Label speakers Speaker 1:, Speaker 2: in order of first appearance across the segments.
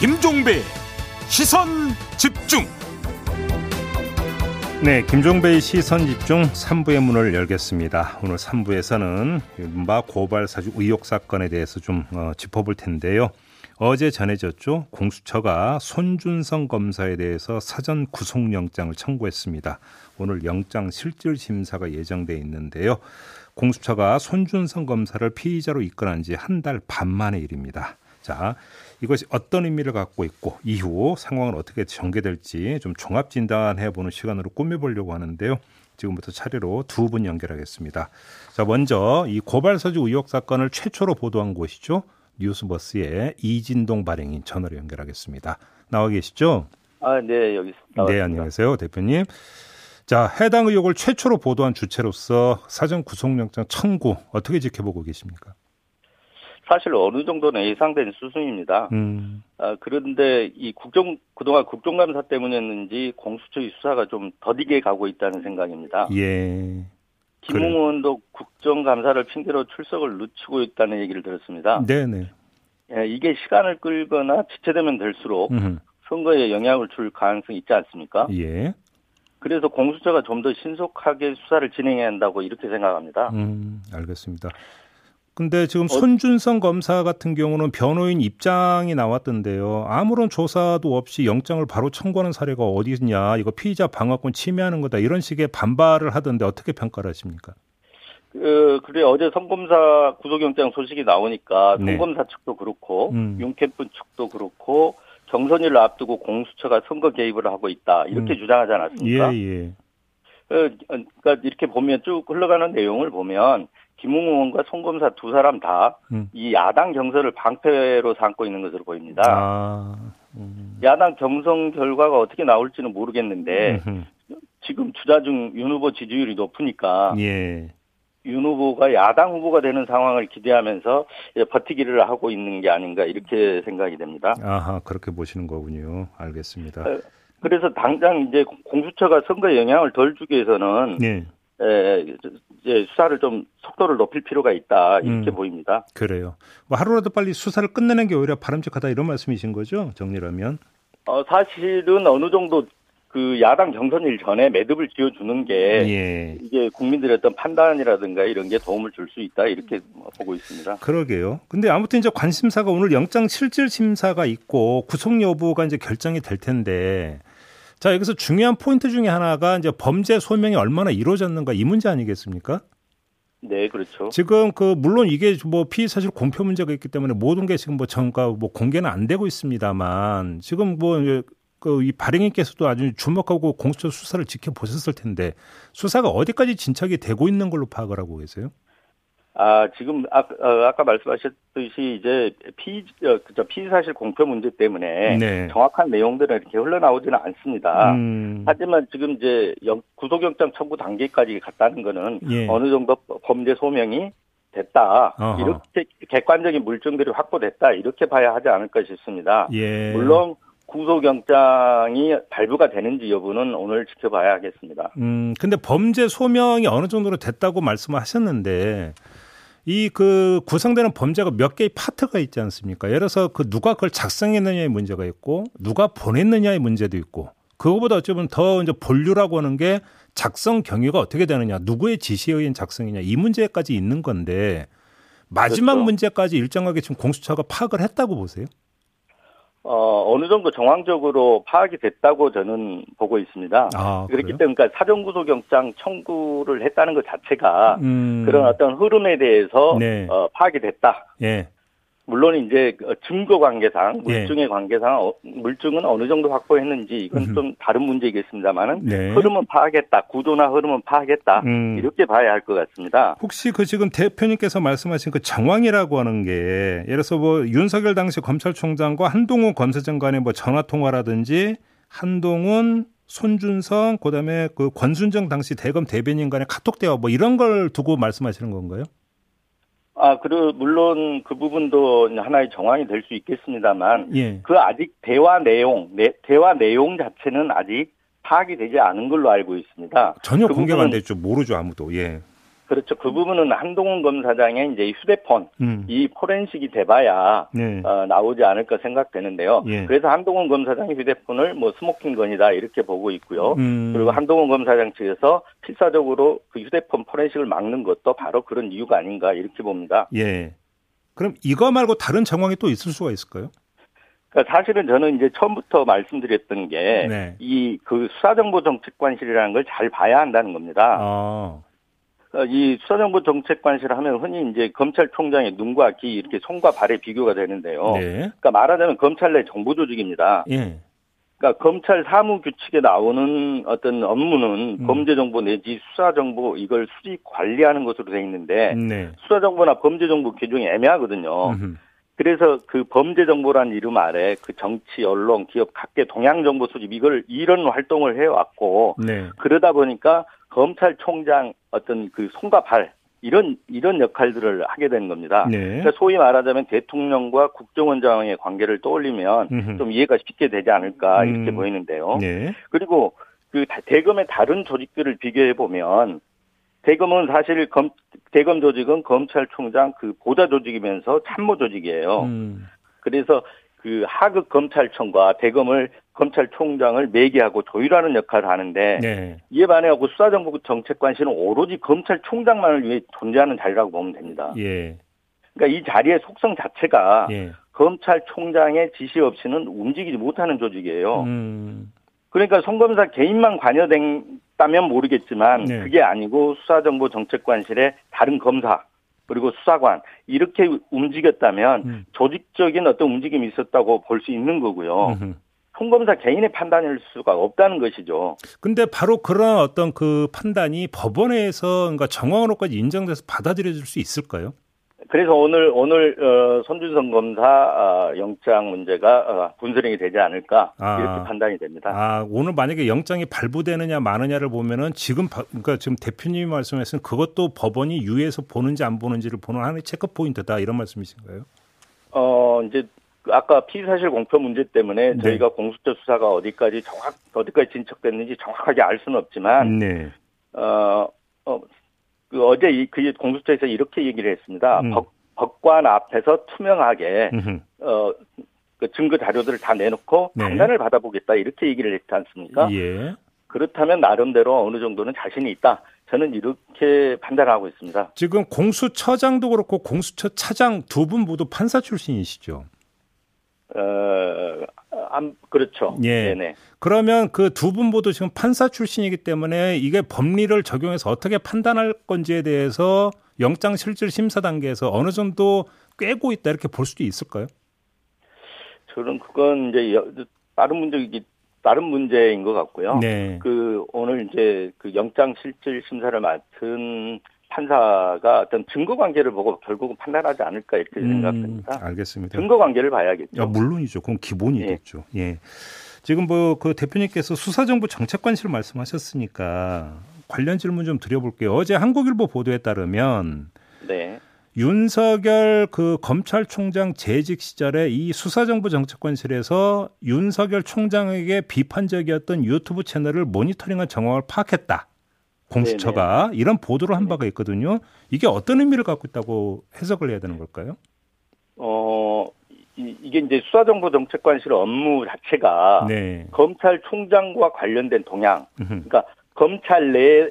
Speaker 1: 김종배 시선 집중.
Speaker 2: 네, 김종배의 시선 집중 3부의 문을 열겠습니다. 오늘 3부에서는 윤바 고발 사주 의혹 사건에 대해서 좀 어, 짚어볼 텐데요. 어제 전해졌죠. 공수처가 손준성 검사에 대해서 사전 구속영장을 청구했습니다. 오늘 영장 실질 심사가 예정돼 있는데요. 공수처가 손준성 검사를 피의자로 입건한 지 한 달 반 만의 일입니다. 자, 이것이 어떤 의미를 갖고 있고 이후 상황은 어떻게 전개될지 좀 종합 진단해 보는 시간으로 꾸며 보려고 하는데요. 지금부터 차례로 두 분 연결하겠습니다. 자, 먼저 이 고발서주 의혹 사건을 최초로 보도한 곳이죠. 뉴스버스의 이진동 발행인 전화로 연결하겠습니다. 나와 계시죠?
Speaker 3: 아, 네, 여기 있습니다.
Speaker 2: 네, 안녕하세요, 대표님. 자, 해당 의혹을 최초로 보도한 주체로서 사전 구속영장 청구 어떻게 지켜보고 계십니까?
Speaker 3: 사실 어느 정도는 예상된 수준입니다.
Speaker 2: 음,
Speaker 3: 아, 그런데 이 국정 그동안 국정감사 때문이었는지 공수처의 수사가 좀 더디게 가고 있다는 생각입니다.
Speaker 2: 예.
Speaker 3: 김웅 의원도 국정감사를 핑계로 출석을 늦추고 있다는
Speaker 2: 음.
Speaker 3: 얘기를 들었습니다.
Speaker 2: 네네.
Speaker 3: 예, 이게 시간을 끌거나 지체되면 될수록
Speaker 2: 음,
Speaker 3: 선거에 영향을 줄 가능성이 있지 않습니까?
Speaker 2: 예.
Speaker 3: 그래서 공수처가 좀 더 신속하게 수사를 진행해야 한다고 이렇게 생각합니다.
Speaker 2: 음, 알겠습니다. 근데 지금 손준성 검사 같은 경우는 변호인 입장이 나왔던데요. 아무런 조사도 없이 영장을 바로 청구하는 사례가 어디 있냐. 이거 피의자 방어권 침해하는 거다. 이런 식의 반발을 하던데 어떻게 평가를 하십니까?
Speaker 3: 그, 그래, 어제 성검사 구속영장 소식이 나오니까
Speaker 2: 네.
Speaker 3: 성검사 측도 그렇고,
Speaker 2: 음.
Speaker 3: 윤캠프 측도 그렇고, 경선일을 앞두고 공수처가 선거 개입을 하고 있다. 이렇게
Speaker 2: 음.
Speaker 3: 주장하지
Speaker 2: 예,
Speaker 3: 않았습니까?
Speaker 2: 예.
Speaker 3: 어, 그러니까 이렇게 보면 쭉 흘러가는 내용을 보면, 김웅 의원과 송검사 두 사람 다 이
Speaker 2: 음.
Speaker 3: 야당 경선을 방패로 삼고 있는 것으로 보입니다.
Speaker 2: 아. 음.
Speaker 3: 야당 경선 결과가 어떻게 나올지는 모르겠는데,
Speaker 2: 음흠.
Speaker 3: 지금 주자 중 윤 후보 지지율이 높으니까,
Speaker 2: 예.
Speaker 3: 윤 후보가 야당 후보가 되는 상황을 기대하면서 이제 버티기를 하고 있는 게 아닌가 이렇게 생각이 됩니다.
Speaker 2: 아하, 그렇게 보시는 거군요. 알겠습니다.
Speaker 3: 어, 그래서 당장 이제 공수처가 선거에 영향을 덜 주기 위해서는
Speaker 2: 예.
Speaker 3: 에, 이제 수사를 좀 속도를 높일 필요가 있다 이렇게
Speaker 2: 음.
Speaker 3: 보입니다.
Speaker 2: 그래요. 뭐 하루라도 빨리 수사를 끝내는 게 오히려 바람직하다 이런 말씀이신 거죠? 정리라면.
Speaker 3: 어, 사실은 어느 정도 그 야당 경선일 전에 매듭을 지어주는 게
Speaker 2: 예.
Speaker 3: 이게 국민들의 어떤 판단이라든가 이런 게 도움을 줄 수 있다 이렇게 뭐 보고 있습니다.
Speaker 2: 그러게요. 근데 아무튼 이제 관심사가 오늘 영장 실질 심사가 있고 구속 여부가 이제 결정이 될 텐데 자 여기서 중요한 포인트 중에 하나가 이제 범죄 소명이 얼마나 이루어졌는가 이 문제 아니겠습니까?
Speaker 3: 네, 그렇죠.
Speaker 2: 지금 그 물론 이게 뭐 피의 사실 공표 문제가 있기 때문에 모든 게 지금 뭐 전가 뭐 공개는 안 되고 있습니다만 지금 뭐 그이 발행인께서도 아주 주목하고 공수처 수사를 지켜보셨을 텐데 수사가 어디까지 진척이 되고 있는 걸로 파악을 하고 계세요?
Speaker 3: 아, 지금, 아, 까 말씀하셨듯이 이제 피, 어, 그저 피의사실 공표 문제 때문에
Speaker 2: 네.
Speaker 3: 정확한 내용들은 이렇게 흘러나오지는 않습니다.
Speaker 2: 음,
Speaker 3: 하지만 지금 이제 영- 구속영장 청구 단계까지 갔다는 거는
Speaker 2: 예.
Speaker 3: 어느 정도 범죄 소명이 됐다.
Speaker 2: 어허.
Speaker 3: 이렇게 객관적인 물증들이 확보됐다. 이렇게 봐야 하지 않을까 싶습니다.
Speaker 2: 예.
Speaker 3: 물론 구속영장이 발부가 되는지 여부는 오늘 지켜봐야 하겠습니다.
Speaker 2: 음, 근데 범죄 소명이 어느 정도로 됐다고 말씀을 하셨는데 이 그 구성되는 범죄가 몇 개의 파트가 있지 않습니까? 예를 들어서 그 누가 그걸 작성했느냐의 문제가 있고 누가 보냈느냐의 문제도 있고 그거보다 어쩌면 더 이제 본류라고 하는 게 작성 경위가 어떻게 되느냐, 누구의 지시에 의한 작성이냐 이 문제까지 있는 건데 마지막
Speaker 3: 그렇죠.
Speaker 2: 문제까지 일정하게 지금 공수처가 파악을 했다고 보세요?
Speaker 3: 어, 어느 정도 정황적으로 파악이 됐다고 저는 보고 있습니다.
Speaker 2: 아,
Speaker 3: 그렇기
Speaker 2: 그래요?
Speaker 3: 때문에 그러니까 사전구속영장 청구를 했다는 것 자체가
Speaker 2: 음,
Speaker 3: 그런 어떤 흐름에 대해서
Speaker 2: 네.
Speaker 3: 어, 파악이 됐다.
Speaker 2: 예,
Speaker 3: 물론 이제 그 증거 관계상
Speaker 2: 예.
Speaker 3: 물증의 관계상 어, 물증은 어느 정도 확보했는지 이건
Speaker 2: 음흠.
Speaker 3: 좀 다른 문제이겠습니다만은
Speaker 2: 네.
Speaker 3: 흐름은 파악했다. 구도나 흐름은 파악했다.
Speaker 2: 음.
Speaker 3: 이렇게 봐야 할 것 같습니다.
Speaker 2: 혹시 그 지금 대표님께서 말씀하신 그 정황이라고 하는 게 예를 들어서 뭐 윤석열 당시 검찰총장과 한동훈 검사장 간의 뭐 전화 통화라든지 한동훈 손준성 그다음에 그 권순정 당시 대검 대변인 간의 카톡 대화 뭐 이런 걸 두고 말씀하시는 건가요?
Speaker 3: 아, 그리고 물론 그 부분도 하나의 정황이 될 수 있겠습니다만
Speaker 2: 예.
Speaker 3: 그 아직 대화 내용, 내- 대화 내용 자체는 아직 파악이 되지 않은 걸로 알고 있습니다.
Speaker 2: 전혀
Speaker 3: 그
Speaker 2: 공개가 안
Speaker 3: 부분은-
Speaker 2: 됐죠. 모르죠, 아무도. 예.
Speaker 3: 그렇죠. 그 부분은 한동훈 검사장의 이제 이 휴대폰
Speaker 2: 음.
Speaker 3: 이 포렌식이 돼봐야
Speaker 2: 네.
Speaker 3: 어, 나오지 않을까 생각되는데요.
Speaker 2: 예.
Speaker 3: 그래서 한동훈 검사장의 휴대폰을 뭐 스모킹건이다 이렇게 보고 있고요.
Speaker 2: 음.
Speaker 3: 어? 그리고 한동훈 검사장 측에서 필사적으로 그 휴대폰 포렌식을 막는 것도 바로 그런 이유가 아닌가 이렇게 봅니다.
Speaker 2: 예. 그럼 이거 말고 다른 정황이 또 있을 수가 있을까요?
Speaker 3: 그러니까 사실은 저는 이제 처음부터 말씀드렸던 게
Speaker 2: 네.
Speaker 3: 이 그 수사정보정책관실이라는 걸 잘 봐야 한다는 겁니다.
Speaker 2: 아,
Speaker 3: 어, 이 수사정보정책관실 하면 흔히 이제 검찰총장의 눈과 귀 이렇게 손과 발의 비교가 되는데요.
Speaker 2: 네.
Speaker 3: 그러니까 말하자면 검찰 내 정보 조직입니다.
Speaker 2: 예.
Speaker 3: 그러니까 검찰 사무 규칙에 나오는 어떤 업무는
Speaker 2: 음.
Speaker 3: 범죄 정보 내지 수사 정보 이걸 수집 관리하는 것으로 돼 있는데
Speaker 2: 네.
Speaker 3: 수사 정보나 범죄 정보 규정이 애매하거든요.
Speaker 2: 음흠.
Speaker 3: 그래서 그 범죄 정보라는 이름 아래 그 정치, 언론, 기업 각계 동향 정보 수집 이걸 이런 활동을 해 왔고
Speaker 2: 네.
Speaker 3: 그러다 보니까 검찰총장 어떤 그 손과 발 이런 이런 역할들을 하게 된 겁니다.
Speaker 2: 네.
Speaker 3: 그러니까 소위 말하자면 대통령과 국정원장의 관계를 떠올리면
Speaker 2: 음흠.
Speaker 3: 좀 이해가 쉽게 되지 않을까 이렇게
Speaker 2: 음.
Speaker 3: 보이는데요.
Speaker 2: 네.
Speaker 3: 그리고 그 다- 대검의 다른 조직들을 비교해 보면 대검은 사실 검, 대검 조직은 검찰총장 그 보좌 조직이면서 참모 조직이에요.
Speaker 2: 음.
Speaker 3: 그래서 그 하급 검찰청과 대검을 검찰총장을 매개하고 조율하는 역할을 하는데
Speaker 2: 네.
Speaker 3: 이에 반해하고 수사정보 정책관실은 오로지 검찰총장만을 위해 존재하는 자리라고 보면 됩니다.
Speaker 2: 예.
Speaker 3: 그러니까 이 자리의 속성 자체가
Speaker 2: 예.
Speaker 3: 검찰총장의 지시 없이는 움직이지 못하는 조직이에요.
Speaker 2: 음.
Speaker 3: 그러니까 송검사 개인만 관여된다면 모르겠지만
Speaker 2: 네.
Speaker 3: 그게 아니고 수사정보정책관실의 다른 검사 그리고 수사관 이렇게 움직였다면
Speaker 2: 음.
Speaker 3: 조직적인 어떤 움직임이 있었다고 볼 수 있는 거고요.
Speaker 2: 음흠.
Speaker 3: 송검사 개인의 판단일 수가 없다는 것이죠.
Speaker 2: 근데 바로 그런 어떤 그 판단이 법원에서 그러니까 정황으로까지 인정돼서 받아들여질 수 있을까요?
Speaker 3: 그래서 오늘 오늘 어, 손준성 검사 아, 영장 문제가 어, 분수령이 되지 않을까
Speaker 2: 아.
Speaker 3: 이렇게 판단이 됩니다.
Speaker 2: 아 오늘 만약에 영장이 발부되느냐 마느냐를 보면은 지금 바- 그러니까 지금 대표님이 말씀하신 그것도 법원이 유예해서 보는지 안 보는지를 보는 하나의 체크 포인트다 이런 말씀이신가요?
Speaker 3: 어, 이제 그 아까 피의사실 공표 문제 때문에
Speaker 2: 네.
Speaker 3: 저희가 공수처 수사가 어디까지 정확 어디까지 진척됐는지 정확하게 알 수는 없지만
Speaker 2: 네.
Speaker 3: 어, 어, 그 어제 이, 그 공수처에서 이렇게 얘기를 했습니다.
Speaker 2: 음.
Speaker 3: 법, 법관 앞에서 투명하게
Speaker 2: 음흠.
Speaker 3: 어, 그 증거 자료들을 다 내놓고
Speaker 2: 네.
Speaker 3: 판단을 받아보겠다 이렇게 얘기를 했지 않습니까?
Speaker 2: 예.
Speaker 3: 그렇다면 나름대로 어느 정도는 자신이 있다. 저는 이렇게 판단하고 있습니다.
Speaker 2: 지금 공수처장도 그렇고 공수처 차장 두 분 모두 판사 출신이시죠.
Speaker 3: 어, 안, 그렇죠.
Speaker 2: 예.
Speaker 3: 네네.
Speaker 2: 그러면 그 두 분 모두 지금 판사 출신이기 때문에 이게 법리를 적용해서 어떻게 판단할 건지에 대해서 영장 실질 심사 단계에서 어느 정도 꿰고 있다 이렇게 볼 수도 있을까요?
Speaker 3: 저는 그건 이제 여- 다른 문제이기 다른 문제인 것 같고요.
Speaker 2: 네.
Speaker 3: 그 오늘 이제 그 영장 실질 심사를 맡은 판사가 어떤 증거 관계를 보고 결국은 판단하지 않을까 이렇게 생각됩니다.
Speaker 2: 알겠습니다.
Speaker 3: 증거 관계를 봐야겠죠.
Speaker 2: 음. 네. 아, 물론이죠. 그건 기본이겠죠. 예. 지금 뭐 그 대표님께서 수사정부 정책관실 말씀하셨으니까 관련 질문 좀 드려볼게요. 어제 한국일보 보도에 따르면
Speaker 3: 네.
Speaker 2: 윤석열 그 검찰총장 재직 시절에 이 수사정부 정책관실에서 윤석열 총장에게 비판적이었던 유튜브 채널을 모니터링한 정황을 파악했다. 공수처가 이런 보도를
Speaker 3: 네.
Speaker 2: 한 바가 있거든요. 이게 어떤 의미를 갖고 있다고 해석을 해야 되는 걸까요?
Speaker 3: 어 이, 이게 이제 수사정보정책관실 업무 자체가
Speaker 2: 네.
Speaker 3: 검찰총장과 관련된 동향,
Speaker 2: 음흠.
Speaker 3: 그러니까 검찰 내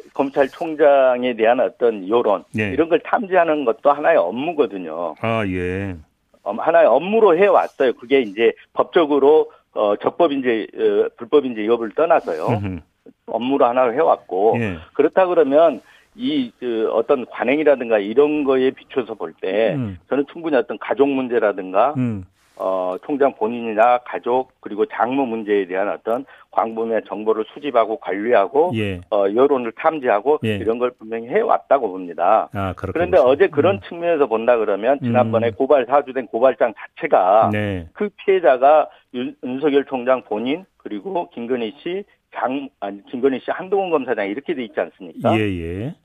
Speaker 3: 검찰총장에 대한 어떤 여론
Speaker 2: 네.
Speaker 3: 이런 걸 탐지하는 것도 하나의 업무거든요.
Speaker 2: 아 예.
Speaker 3: 어, 하나의 업무로 해왔어요. 그게 이제 법적으로 어, 적법인지 어, 불법인지 여부를 떠나서요.
Speaker 2: 음흠.
Speaker 3: 업무로 하나를 해왔고
Speaker 2: 예.
Speaker 3: 그렇다 그러면 이 그, 어떤 관행이라든가 이런 거에 비춰서 볼 때
Speaker 2: 음.
Speaker 3: 저는 충분히 어떤 가족 문제라든가
Speaker 2: 음.
Speaker 3: 어, 총장 본인이나 가족 그리고 장모 문제에 대한 어떤 광범위한 정보를 수집하고 관리하고
Speaker 2: 예.
Speaker 3: 어, 여론을 탐지하고
Speaker 2: 예.
Speaker 3: 이런 걸 분명히 해왔다고 봅니다.
Speaker 2: 아 그렇게. 음.
Speaker 3: 그런데
Speaker 2: 보시면.
Speaker 3: 어제 그런 측면에서 본다 그러면 지난번에
Speaker 2: 음.
Speaker 3: 고발 사주된 고발장 자체가
Speaker 2: 네.
Speaker 3: 그 피해자가 윤, 윤석열 총장 본인 그리고 김건희 씨, 장 아니 김건희 씨 한동훈 검사장 이렇게 돼 있지 않습니까?
Speaker 2: 예 예.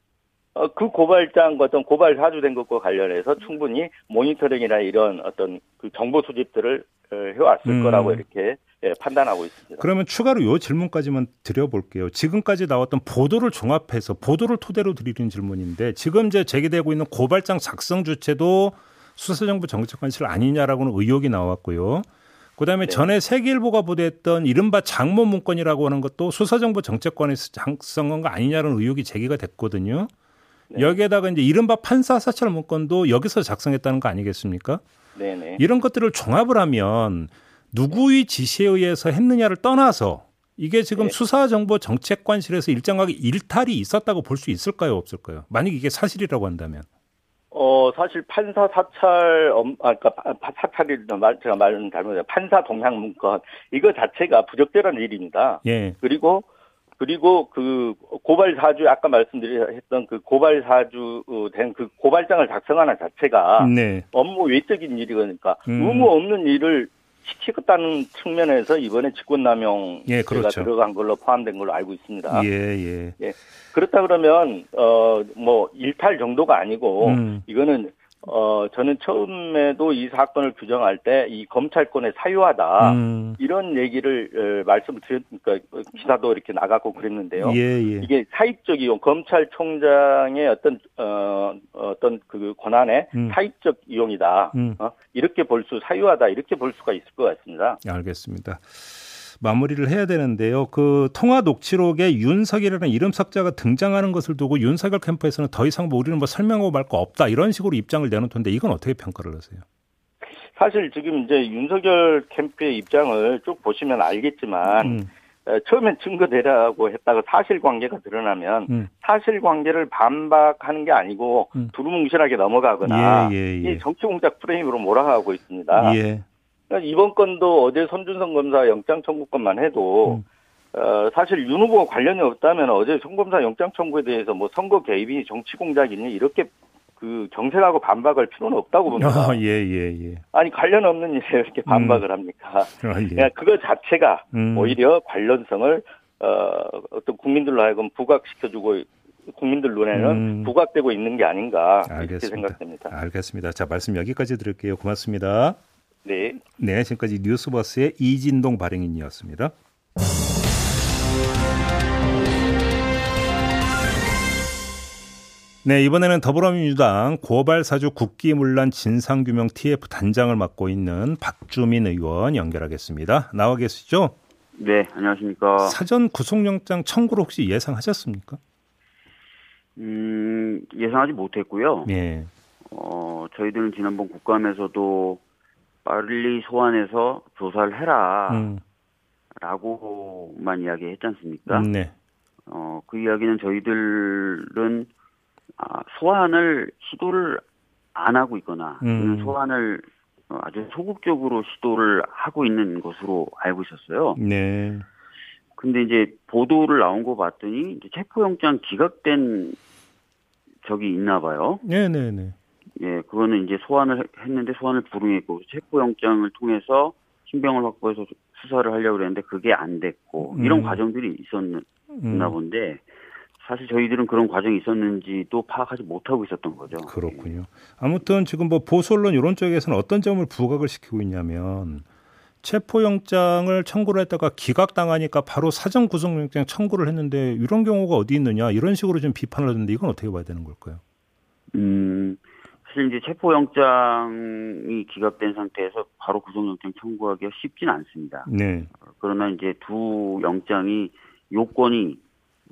Speaker 3: 어, 그 고발장과 어떤 고발 사주된 것과 관련해서 충분히 모니터링이나 이런 어떤 그 정보 수집들을 어, 해왔을
Speaker 2: 음.
Speaker 3: 거라고 이렇게 예, 판단하고 있습니다.
Speaker 2: 그러면 추가로 요 질문까지만 드려볼게요. 지금까지 나왔던 보도를 종합해서 보도를 토대로 드리는 질문인데 지금 이제 제기되고 있는 고발장 작성 주체도 수사정부 정책관실 아니냐라고는 의혹이 나왔고요.
Speaker 3: 네.
Speaker 2: 그다음에 전에 세계일보가 보도했던 이른바 장모 문건이라고 하는 것도 수사정부 정책관에서 작성한 거 아니냐는 의혹이 제기가 됐거든요.
Speaker 3: 네.
Speaker 2: 여기에다가 이제 이른바 판사 사찰 문건도 여기서 작성했다는 거 아니겠습니까?
Speaker 3: 네네.
Speaker 2: 이런 것들을 종합을 하면 누구의 지시에 의해서 했느냐를 떠나서 이게 지금
Speaker 3: 네.
Speaker 2: 수사정보 정책관실에서 일정하게 일탈이 있었다고 볼 수 있을까요, 없을까요? 만약 이게 사실이라고 한다면
Speaker 3: 어, 사실 판사 사찰, 엄, 아, 그니까, 사찰이, 말, 제가 말은 잘못해요. 판사 동향 문건. 이거 자체가 부적절한 일입니다.
Speaker 2: 예,
Speaker 3: 그리고, 그리고 그 고발 사주, 아까 말씀드렸던 그 고발 사주 된 그 고발장을 작성하는 자체가
Speaker 2: 네,
Speaker 3: 업무 외적인 일이니까
Speaker 2: 음.
Speaker 3: 의무 없는 일을 시키겠다는 측면에서 이번에 직권남용
Speaker 2: 예,
Speaker 3: 제가
Speaker 2: 그렇죠.
Speaker 3: 들어간 걸로 포함된 걸로 알고 있습니다.
Speaker 2: 예, 예,
Speaker 3: 그렇다 그러면 어 뭐 일탈 정도가 아니고
Speaker 2: 음.
Speaker 3: 이거는 어 저는 처음에도 이 사건을 규정할 때 이 검찰권의 사유하다
Speaker 2: 음,
Speaker 3: 이런 얘기를 어, 말씀드렸니까 기사도 이렇게 나가고 그랬는데요.
Speaker 2: 예, 예,
Speaker 3: 이게 사익적이용 검찰총장의 어떤 어 어떤 그 권한의
Speaker 2: 음.
Speaker 3: 사익적 이용이다.
Speaker 2: 음.
Speaker 3: 어, 이렇게 볼 수 사유하다 이렇게 볼 수가 있을 것 같습니다.
Speaker 2: 알겠습니다. 마무리를 해야 되는데요. 그 통화 녹취록에 윤석열이라는 이름 석자가 등장하는 것을 두고 윤석열 캠프에서는 더 이상 뭐 우리는 뭐 설명하고 말 거 없다 이런 식으로 입장을 내놓던데 이건 어떻게 평가를 하세요?
Speaker 3: 사실 지금 이제 윤석열 캠프의 입장을 쭉 보시면 알겠지만
Speaker 2: 음,
Speaker 3: 에, 처음엔 증거 대라고 했다가 사실관계가 드러나면
Speaker 2: 음.
Speaker 3: 사실관계를 반박하는 게 아니고
Speaker 2: 음.
Speaker 3: 두루뭉실하게 넘어가거나
Speaker 2: 예, 예, 예.
Speaker 3: 이 정치공작 프레임으로 몰아가고 있습니다.
Speaker 2: 예.
Speaker 3: 그러니까 이번 건도 어제 손준성 검사 영장 청구건만 해도
Speaker 2: 음.
Speaker 3: 어, 사실 윤 후보와 관련이 없다면 어제 손 검사 영장 청구에 대해서 뭐 선거 개입이 정치공작이니 이렇게 그 경색하고 반박할 필요는 없다고 봅니다.
Speaker 2: 아, 예, 예, 예.
Speaker 3: 아니 관련 없는 일에 이렇게 반박을 합니까? 그러니까
Speaker 2: 아, 예.
Speaker 3: 그냥 그거 자체가
Speaker 2: 음,
Speaker 3: 오히려 관련성을 어, 어떤 국민들로 하여금 부각시켜주고 국민들 눈에는
Speaker 2: 음.
Speaker 3: 부각되고 있는 게 아닌가 이렇게
Speaker 2: 알겠습니다. 아.
Speaker 3: 생각됩니다.
Speaker 2: 알겠습니다. 자, 말씀 여기까지 드릴게요. 고맙습니다.
Speaker 3: 네.
Speaker 2: 네, 지금까지 뉴스버스의 이진동 발행인이었습니다. 네, 이번에는 더불어민주당 고발사주 국기문란 진상규명 TF 단장을 맡고 있는 박주민 의원 연결하겠습니다. 나와 계시죠?
Speaker 4: 네,
Speaker 3: 어.
Speaker 4: 안녕하십니까.
Speaker 2: 사전 구속영장 청구를 혹시 예상하셨습니까?
Speaker 4: 음, 예상하지 못했고요.
Speaker 2: 예.
Speaker 4: 어, 저희들은 지난번 국감에서도 빨리 소환해서 조사를 해라.
Speaker 3: 아.
Speaker 2: 음,
Speaker 4: 라고만 이야기했지 않습니까?
Speaker 2: 네.
Speaker 4: 어, 그 이야기는 저희들은 아, 소환을 시도를 안 하고 있거나
Speaker 2: 음.
Speaker 4: 또는 소환을 어, 아주 소극적으로 시도를 하고 있는 것으로 알고 있었어요.
Speaker 2: 네.
Speaker 4: 근데 이제 보도를 나온 거 봤더니 이제 체포영장 기각된 적이 있나 봐요.
Speaker 2: 네, 네, 네.
Speaker 4: 예, 그거는 이제 소환을 했- 했는데 소환을 불응했고 체포영장을 통해서 신병을 확보해서 수사를 하려고 그랬는데 그게 안 됐고 이런
Speaker 2: 음.
Speaker 4: 과정들이 있었나
Speaker 2: 음,
Speaker 4: 본데 사실 저희들은 그런 과정이 있었는지도 파악하지 못하고 있었던 거죠.
Speaker 2: 그렇군요. 아무튼 지금 뭐 보수 언론 이런 쪽에서는 어떤 점을 부각을 시키고 있냐면 체포영장을 청구를 했다가 기각당하니까 바로 사전 구속영장 청구를 했는데 이런 경우가 어디 있느냐 이런 식으로 좀 비판을 하는데 이건 어떻게 봐야 되는 걸까요?
Speaker 4: 음, 사실 이제 체포영장이 기각된 상태에서 바로 구속영장 청구하기가 쉽진 않습니다.
Speaker 2: 네.
Speaker 4: 그러나 이제 두 영장이 요건이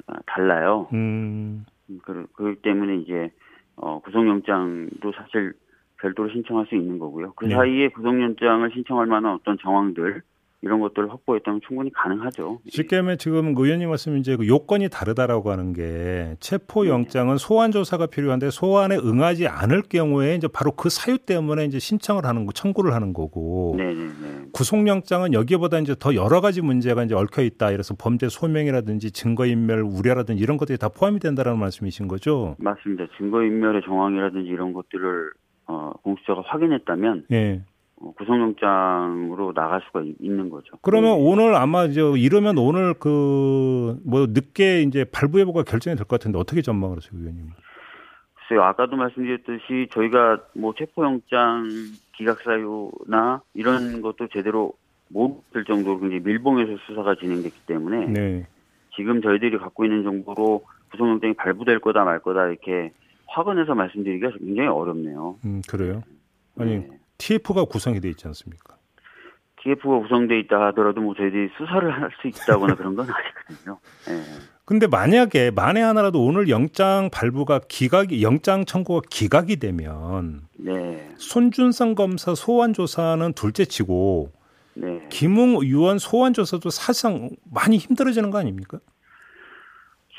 Speaker 4: 아, 달라요.
Speaker 2: 음.
Speaker 4: 음, 그, 그렇기 때문에 이제 어, 구속영장도 사실 별도로 신청할 수 있는 거고요. 그
Speaker 2: 네.
Speaker 4: 사이에 구속영장을 신청할 만한 어떤 정황들 이런 것들을 확보했다면 충분히 가능하죠.
Speaker 2: 쉽게 하면 지금 의원님 말씀 이제 그 요건이 다르다라고 하는 게 체포영장은 소환 조사가 필요한데 소환에 응하지 않을 경우에 이제 바로 그 사유 때문에 이제 신청을 하는 거 청구를 하는 거고
Speaker 4: 네네네.
Speaker 2: 구속영장은 여기보다 이제 더 여러 가지 문제가 이제 얽혀 있다. 이래서 범죄 소명이라든지 증거인멸 우려라든지 이런 것들이 다 포함이 된다라는 말씀이신 거죠?
Speaker 4: 맞습니다. 증거인멸의 정황이라든지 이런 것들을 어, 공수처가 확인했다면
Speaker 2: 예.
Speaker 4: 어, 구속영장으로 나갈 수가 있, 는 거죠.
Speaker 2: 그러면 오늘 아마 저 이러면 오늘 그 뭐 늦게 이제 발부여부가 결정이 될 것 같은데 어떻게 전망을 하세요, 의원님?
Speaker 4: 글쎄요, 아까도 말씀드렸듯이 저희가 뭐 체포영장 기각 사유나 이런 것도 제대로 못들 정도로 굉장히 밀봉해서 수사가 진행됐기 때문에
Speaker 2: 네.
Speaker 4: 지금 저희들이 갖고 있는 정보로 구속영장이 발부될 거다 말 거다 이렇게 확언해서 말씀드리기가 굉장히 어렵네요.
Speaker 2: 음, 그래요. 아니,
Speaker 4: 네.
Speaker 2: TF가 구성이 돼 있지 않습니까?
Speaker 4: TF가 구성돼 있다 하더라도 뭐 저희들이 수사를 할 수 있다거나 그런 건 아니거든요. 예.
Speaker 2: 근데 만약에 만에 하나라도 오늘 영장 발부가 기각이 영장 청구가 기각이 되면
Speaker 4: 네,
Speaker 2: 손준성 검사 소환 조사는 둘째치고
Speaker 4: 네.
Speaker 2: 김웅 의원 소환 조사도 사실상 많이 힘들어지는 거 아닙니까?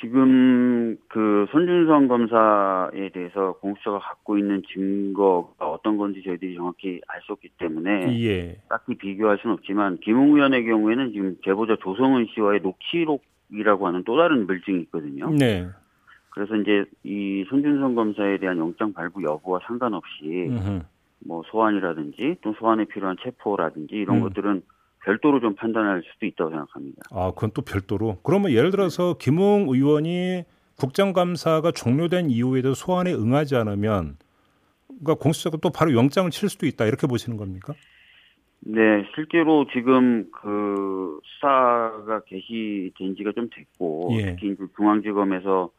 Speaker 4: 지금 그 손준성 검사에 대해서 공수처가 갖고 있는 증거가 어떤 건지 저희들이 정확히 알 수 없기 때문에
Speaker 2: 예.
Speaker 4: 딱히 비교할 수는 없지만 김웅 의원의 경우에는 지금 제보자 조성은 씨와의 녹취록이라고 하는 또 다른 물증이 있거든요.
Speaker 2: 네.
Speaker 4: 그래서 이제 이 손준성 검사에 대한 영장 발부 여부와 상관없이
Speaker 2: 음흠.
Speaker 4: 뭐 소환이라든지 또 소환에 필요한 체포라든지 이런
Speaker 2: 음.
Speaker 4: 것들은 별도로 좀 판단할 수도 있다고 생각합니다.
Speaker 2: 아, 그건 또 별도로. 그러면 예를 들어서 김웅 의원이 국정감사가 종료된 이후에도 소환에 응하지 않으면 그러니까 공수처가 또 바로 영장을 칠 수도 있다 이렇게 보시는 겁니까?
Speaker 4: 네, 실제로 지금 그 수사가 개시된 지가 좀 됐고
Speaker 2: 예.
Speaker 4: 특히 그 중앙지검에서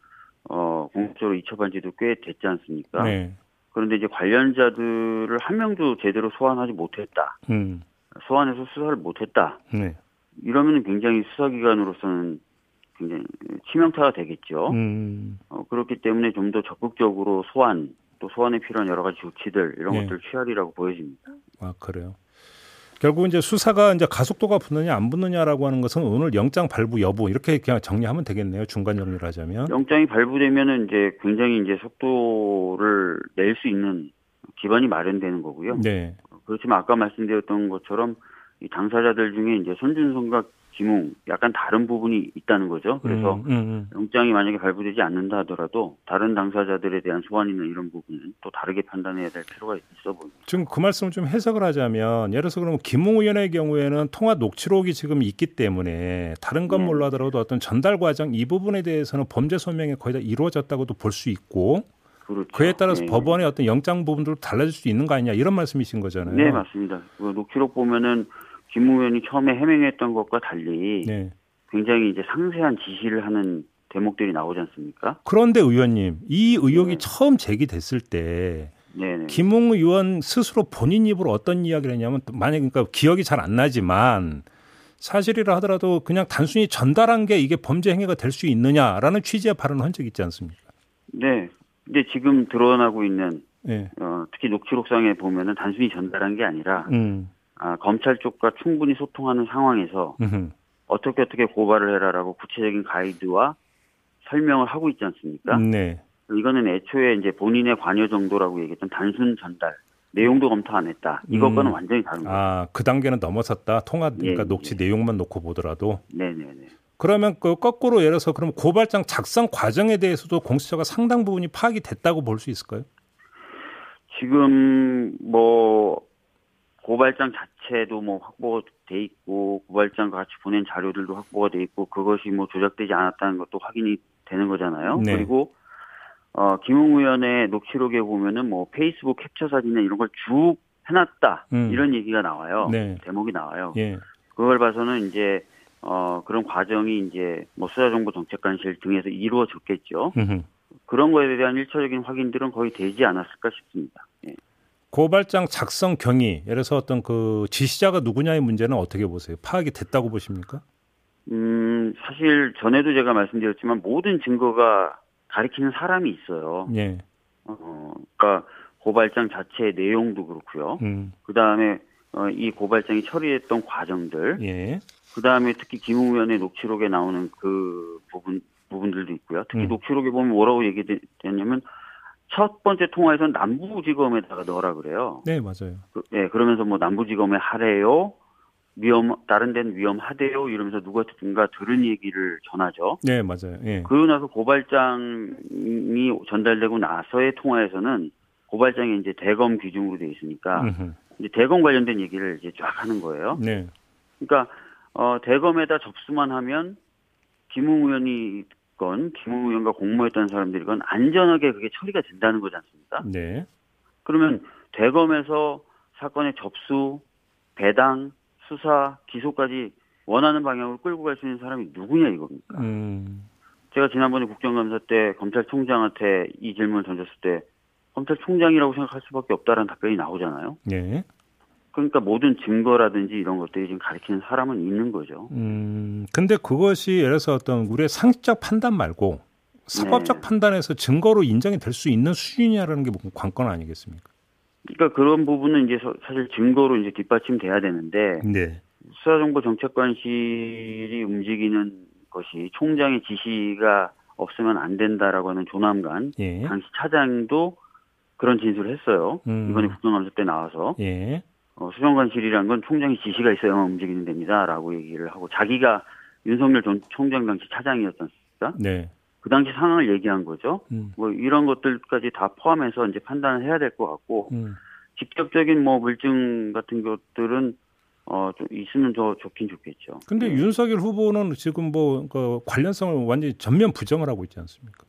Speaker 4: 어 공적으로 이첩한 지도 꽤 됐지 않습니까?
Speaker 2: 네.
Speaker 4: 그런데 이제 관련자들을 한 명도 제대로 소환하지 못했다.
Speaker 2: 음.
Speaker 4: 소환해서 수사를 못했다.
Speaker 2: 네.
Speaker 4: 이러면 굉장히 수사기관으로서는 굉장히 치명타가 되겠죠.
Speaker 2: 음.
Speaker 4: 어, 그렇기 때문에 좀 더 적극적으로 소환, 또 소환에 필요한 여러 가지 조치들 이런
Speaker 2: 예.
Speaker 4: 것들 취하리라고 보여집니다.
Speaker 2: 아, 그래요. 결국 이제 수사가 이제 가속도가 붙느냐 안 붙느냐라고 하는 것은 오늘 영장 발부 여부 이렇게 그냥 정리하면 되겠네요. 중간 정리를 하자면.
Speaker 4: 영장이 발부되면은 이제 굉장히 이제 속도를 낼 수 있는 기반이 마련되는 거고요.
Speaker 2: 네.
Speaker 4: 그렇지만 아까 말씀드렸던 것처럼 이 당사자들 중에 이제 손준성과 김웅 약간 다른 부분이 있다는 거죠. 그래서
Speaker 2: 음, 음,
Speaker 4: 영장이 만약에 발부되지 않는다 하더라도 다른 당사자들에 대한 소환이나 이런 부분은 또 다르게 판단해야 될 필요가 있어 보입니다.
Speaker 2: 음. 지금 그 말씀을 좀 해석을 하자면 예를 들어서 그러면 김웅 의원의 경우에는 통화 녹취록이 지금 있기 때문에 다른 건
Speaker 4: 네.
Speaker 2: 몰라 하더라도 어떤 전달 과정 이 부분에 대해서는 범죄 소명이 거의 다 이루어졌다고도 볼 수 있고
Speaker 4: 그렇죠.
Speaker 2: 그에 따라서
Speaker 4: 예.
Speaker 2: 법원의 어떤 영장 부분도 달라질 수 있는 거 아니냐 이런 말씀이신 거잖아요.
Speaker 4: 네, 맞습니다. 그 녹취록 보면은 김 의원이 처음에 해명했던 것과 달리
Speaker 2: 네.
Speaker 4: 굉장히 이제 상세한 지시를 하는 대목들이 나오지 않습니까?
Speaker 2: 그런데 의원님, 이 의혹이
Speaker 4: 네.
Speaker 2: 처음 제기됐을 때
Speaker 4: 네네.
Speaker 2: 김웅 의원 스스로 본인 입으로 어떤 이야기를 했냐면 만약 그러니까 기억이 잘 안 나지만 사실이라 하더라도 그냥 단순히 전달한 게 이게 범죄 행위가 될 수 있느냐라는 취지의 발언을 한 적이 있지 않습니까?
Speaker 4: 네. 근데 지금 드러나고 있는
Speaker 2: 예.
Speaker 4: 어, 특히 녹취록상에 보면은 단순히 전달한 게 아니라
Speaker 2: 음.
Speaker 4: 아, 검찰 쪽과 충분히 소통하는 상황에서
Speaker 2: 음흠.
Speaker 4: 어떻게 어떻게 고발을 해라라고 구체적인 가이드와 설명을 하고 있지 않습니까?
Speaker 2: 네.
Speaker 4: 이거는 애초에 이제 본인의 관여 정도라고 얘기했던 단순 전달 내용도 검토 안 했다. 이것과는
Speaker 2: 음.
Speaker 4: 완전히 다른 거죠.
Speaker 2: 아, 그 단계는 넘어섰다. 통화 그러니까
Speaker 4: 예,
Speaker 2: 녹취
Speaker 4: 예.
Speaker 2: 내용만 놓고 보더라도
Speaker 4: 네네네.
Speaker 2: 그러면 그 거꾸로 예를 들어서 그럼 고발장 작성 과정에 대해서도 공수처가 상당 부분이 파악이 됐다고 볼 수 있을까요?
Speaker 4: 지금 뭐 고발장 자체도 뭐 확보돼 있고 고발장과 같이 보낸 자료들도 확보가 돼 있고 그것이 뭐 조작되지 않았다는 것도 확인이 되는 거잖아요.
Speaker 2: 네.
Speaker 4: 그리고 어 김웅 의원의 녹취록에 보면은 뭐 페이스북 캡처 사진이나 이런 걸 쭉 해놨다
Speaker 2: 음.
Speaker 4: 이런 얘기가 나와요.
Speaker 2: 네.
Speaker 4: 대목이 나와요.
Speaker 2: 예.
Speaker 4: 그걸 봐서는 이제 어 그런 과정이 이제 뭐 수사정보정책관실 등에서 이루어졌겠죠.
Speaker 2: 음흠.
Speaker 4: 그런 거에 대한 일차적인 확인들은 거의 되지 않았을까 싶습니다. 예.
Speaker 2: 고발장 작성 경위, 예를 들어서 어떤 그 지시자가 누구냐의 문제는 어떻게 보세요? 파악이 됐다고 보십니까?
Speaker 4: 음, 사실 전에도 제가 말씀드렸지만 모든 증거가 가리키는 사람이 있어요.
Speaker 2: 예.
Speaker 4: 어, 그러니까 고발장 자체의 내용도 그렇고요.
Speaker 2: 음.
Speaker 4: 그 다음에 어, 이 고발장이 처리했던 과정들,
Speaker 2: 예.
Speaker 4: 그 다음에 특히 김웅 의원의 녹취록에 나오는 그 부분 부분들도 있고요. 특히
Speaker 2: 음.
Speaker 4: 녹취록에 보면 뭐라고 얘기되냐면 첫 번째 통화에서는 남부지검에다가 넣어라 그래요.
Speaker 2: 네, 맞아요.
Speaker 4: 그, 예, 그러면서 뭐 남부지검에 하래요. 위험 다른 데는 위험하대요 이러면서 누구한테든가 들은 얘기를 전하죠.
Speaker 2: 네, 맞아요. 예.
Speaker 4: 그러고 나서 고발장이 전달되고 나서의 통화에서는 고발장이 이제 대검 기준으로 돼 있으니까
Speaker 2: 음흠.
Speaker 4: 이제 대검 관련된 얘기를 이제 쫙 하는 거예요.
Speaker 2: 네.
Speaker 4: 그러니까 어 대검에다 접수만 하면 김웅 의원이건 김웅 의원과 공모했던 사람들이건 안전하게 그게 처리가 된다는 거지 않습니까?
Speaker 2: 네.
Speaker 4: 그러면 대검에서 사건의 접수, 배당, 수사, 기소까지 원하는 방향으로 끌고 갈 수 있는 사람이 누구냐 이겁니까?
Speaker 2: 음,
Speaker 4: 제가 지난번에 국정감사 때 검찰총장한테 이 질문을 던졌을 때 검찰총장이라고 생각할 수밖에 없다라는 답변이 나오잖아요.
Speaker 2: 예.
Speaker 4: 그러니까 모든 증거라든지 이런 것들이 지금 가리키는 사람은 있는 거죠.
Speaker 2: 음, 근데 그것이 예를 들어서 어떤 우리의 상식적 판단 말고
Speaker 4: 네.
Speaker 2: 사법적 판단에서 증거로 인정이 될 수 있는 수준이냐라는 게 뭐 관건 아니겠습니까?
Speaker 4: 그러니까 그런 부분은 이제 서- 사실 증거로 이제 뒷받침돼야 되는데
Speaker 2: 네.
Speaker 4: 수사정보정책관실이 움직이는 것이 총장의 지시가 없으면 안 된다라고 하는 조남관
Speaker 2: 예.
Speaker 4: 당시 차장도 그런 진술을 했어요.
Speaker 2: 음.
Speaker 4: 이번에 국정감사 때 나와서
Speaker 2: 예.
Speaker 4: 어, 수정관실이란 건 총장의 지시가 있어야만 움직이는 데입니다라고 얘기를 하고 자기가 윤석열 전 총장 당시 차장이었던
Speaker 2: 네.
Speaker 4: 그 당시 상황을 얘기한 거죠.
Speaker 2: 음.
Speaker 4: 뭐 이런 것들까지 다 포함해서 이제 판단을 해야 될 것 같고
Speaker 2: 음.
Speaker 4: 직접적인 뭐 물증 같은 것들은 어, 좀 있으면 더 좋긴 좋겠죠.
Speaker 2: 근데
Speaker 4: 예.
Speaker 2: 윤석열 후보는 지금 뭐 그 관련성을 완전히 전면 부정을 하고 있지 않습니까?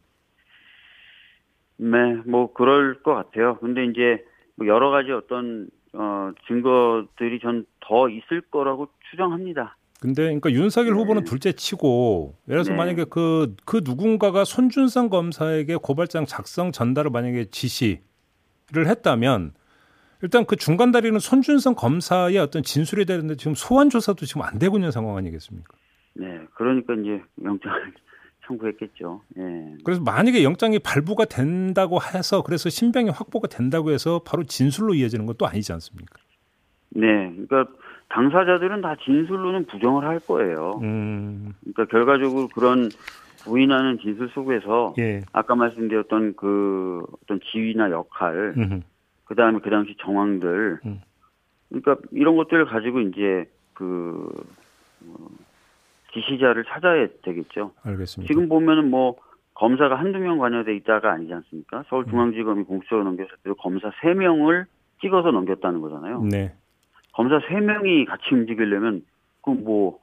Speaker 4: 네, 뭐 그럴 것 같아요. 근데 이제 뭐 여러 가지 어떤 어, 증거들이 전 더 있을 거라고 추정합니다.
Speaker 2: 근데 그러니까 윤석열
Speaker 4: 네.
Speaker 2: 후보는 둘째 치고 예를 들어서
Speaker 4: 네.
Speaker 2: 만약에 그 그 누군가가 손준성 검사에게 고발장 작성 전달을 만약에 지시를 했다면 일단 그 중간 다리는 손준성 검사의 어떤 진술에 대한 지금 소환 조사도 지금 안 되고 있는 상황 아니겠습니까?
Speaker 4: 네, 그러니까 이제 영장을 청구했겠죠. 예.
Speaker 2: 그래서 만약에 영장이 발부가 된다고 해서 그래서 신병이 확보가 된다고 해서 바로 진술로 이어지는 것도 아니지 않습니까?
Speaker 4: 네, 그러니까 당사자들은 다 진술로는 부정을 할 거예요.
Speaker 2: 음,
Speaker 4: 그러니까 결과적으로 그런 부인하는 진술 속에서
Speaker 2: 예.
Speaker 4: 아까 말씀드렸던 그 어떤 지위나 역할,
Speaker 2: 음,
Speaker 4: 그 다음에 그 당시 정황들,
Speaker 2: 음.
Speaker 4: 그러니까 이런 것들을 가지고 이제 그 어, 지시자를 찾아야 되겠죠.
Speaker 2: 알겠습니다.
Speaker 4: 지금 보면은 뭐 검사가 한두 명 관여돼 있다가 아니지 않습니까? 서울중앙지검이 공수처로 넘겼을 때도 검사 세명을 찍어서 넘겼다는 거잖아요.
Speaker 2: 네.
Speaker 4: 검사 세명이 같이 움직이려면 그 뭐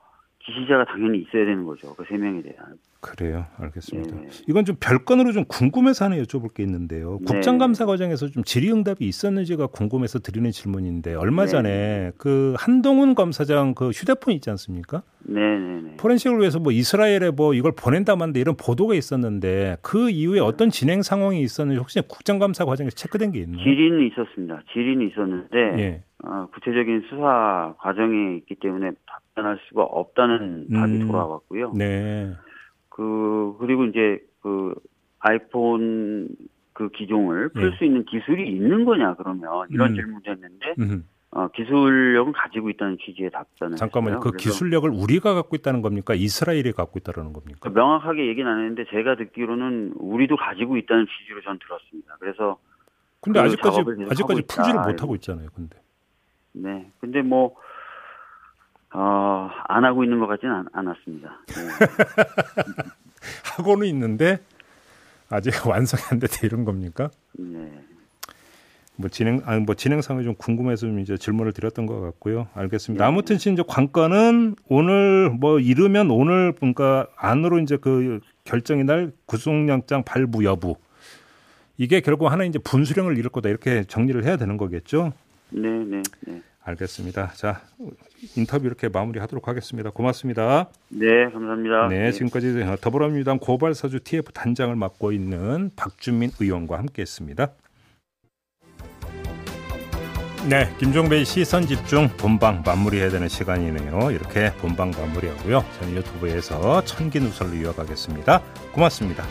Speaker 4: 지시자가 당연히 있어야 되는 거죠. 그 세명에 대한.
Speaker 2: 그래요. 알겠습니다.
Speaker 4: 예.
Speaker 2: 이건 좀 별건으로 좀 궁금해서 하나 여쭤볼 게 있는데요.
Speaker 4: 네.
Speaker 2: 국정감사 과정에서 좀 질의응답이 있었는지가 궁금해서 드리는 질문인데 얼마
Speaker 4: 네.
Speaker 2: 전에 그 한동훈 검사장 그 휴대폰 있지 않습니까?
Speaker 4: 네네네.
Speaker 2: 포렌식을 위해서 뭐 이스라엘에 뭐 이걸 보낸다만데 이런 보도가 있었는데 그 이후에 어떤 진행 상황이 있었는지 혹시 국정감사 과정에서 체크된 게 있나요?
Speaker 4: 지린이 있었습니다. 지린이 있었는데
Speaker 2: 예.
Speaker 4: 어, 구체적인 수사 과정에 있기 때문에 답변할 수가 없다는 답이
Speaker 2: 음.
Speaker 4: 돌아왔고요.
Speaker 2: 네.
Speaker 4: 그 그리고 이제 그 아이폰 그 기종을 풀
Speaker 2: 예.
Speaker 4: 수 있는 기술이 있는 거냐 그러면 이런
Speaker 2: 음.
Speaker 4: 질문도 했는데
Speaker 2: 음,
Speaker 4: 어, 기술력은 가지고 있다는 취지의 답변을
Speaker 2: 잠깐만요.
Speaker 4: 했어요.
Speaker 2: 그
Speaker 4: 네, 그래서
Speaker 2: 기술력을 우리가 갖고 있다는 겁니까? 이스라엘이 갖고 있다라는
Speaker 4: 그
Speaker 2: 겁니까?
Speaker 4: 명확하게 얘기는 안 했는데 제가 듣기로는 우리도 가지고 있다는 취지로 전 들었습니다. 그래서
Speaker 2: 근데
Speaker 4: 그
Speaker 2: 아직까지
Speaker 4: 작업을 계속 하고
Speaker 2: 아직까지
Speaker 4: 있다.
Speaker 2: 풀지를 못 하고 있잖아요. 근데.
Speaker 4: 네 근데 뭐 어, 안 하고 있는 것 같지는 않, 않았습니다. 네.
Speaker 2: 하고는 있는데 아직 완성이 안 됐다 이런 겁니까?
Speaker 4: 네.
Speaker 2: 뭐 진행 아니 뭐 진행상이 좀 궁금해서 좀 이제 질문을 드렸던 것 같고요. 알겠습니다. 아무튼 지금 이제 관건은 오늘 뭐 이르면 오늘 그러니까 안으로 이제 그 결정이 날 구속영장 발부 여부 이게 결국 하나 이제 분수령을 잃을 거다 이렇게 정리를 해야 되는 거겠죠.
Speaker 4: 네, 네, 네.
Speaker 2: 알겠습니다. 자 인터뷰 이렇게 마무리하도록 하겠습니다. 고맙습니다.
Speaker 4: 네, 감사합니다.
Speaker 2: 네, 지금까지 더불어민주당 고발사주 TF 단장을 맡고 있는 박준민 의원과 함께했습니다. 네, 김종배의 시선 집중 본방 마무리해야 되는 시간이네요. 이렇게 본방 마무리하고요. 저는 유튜브에서 천기 누설로 이어가겠습니다. 고맙습니다.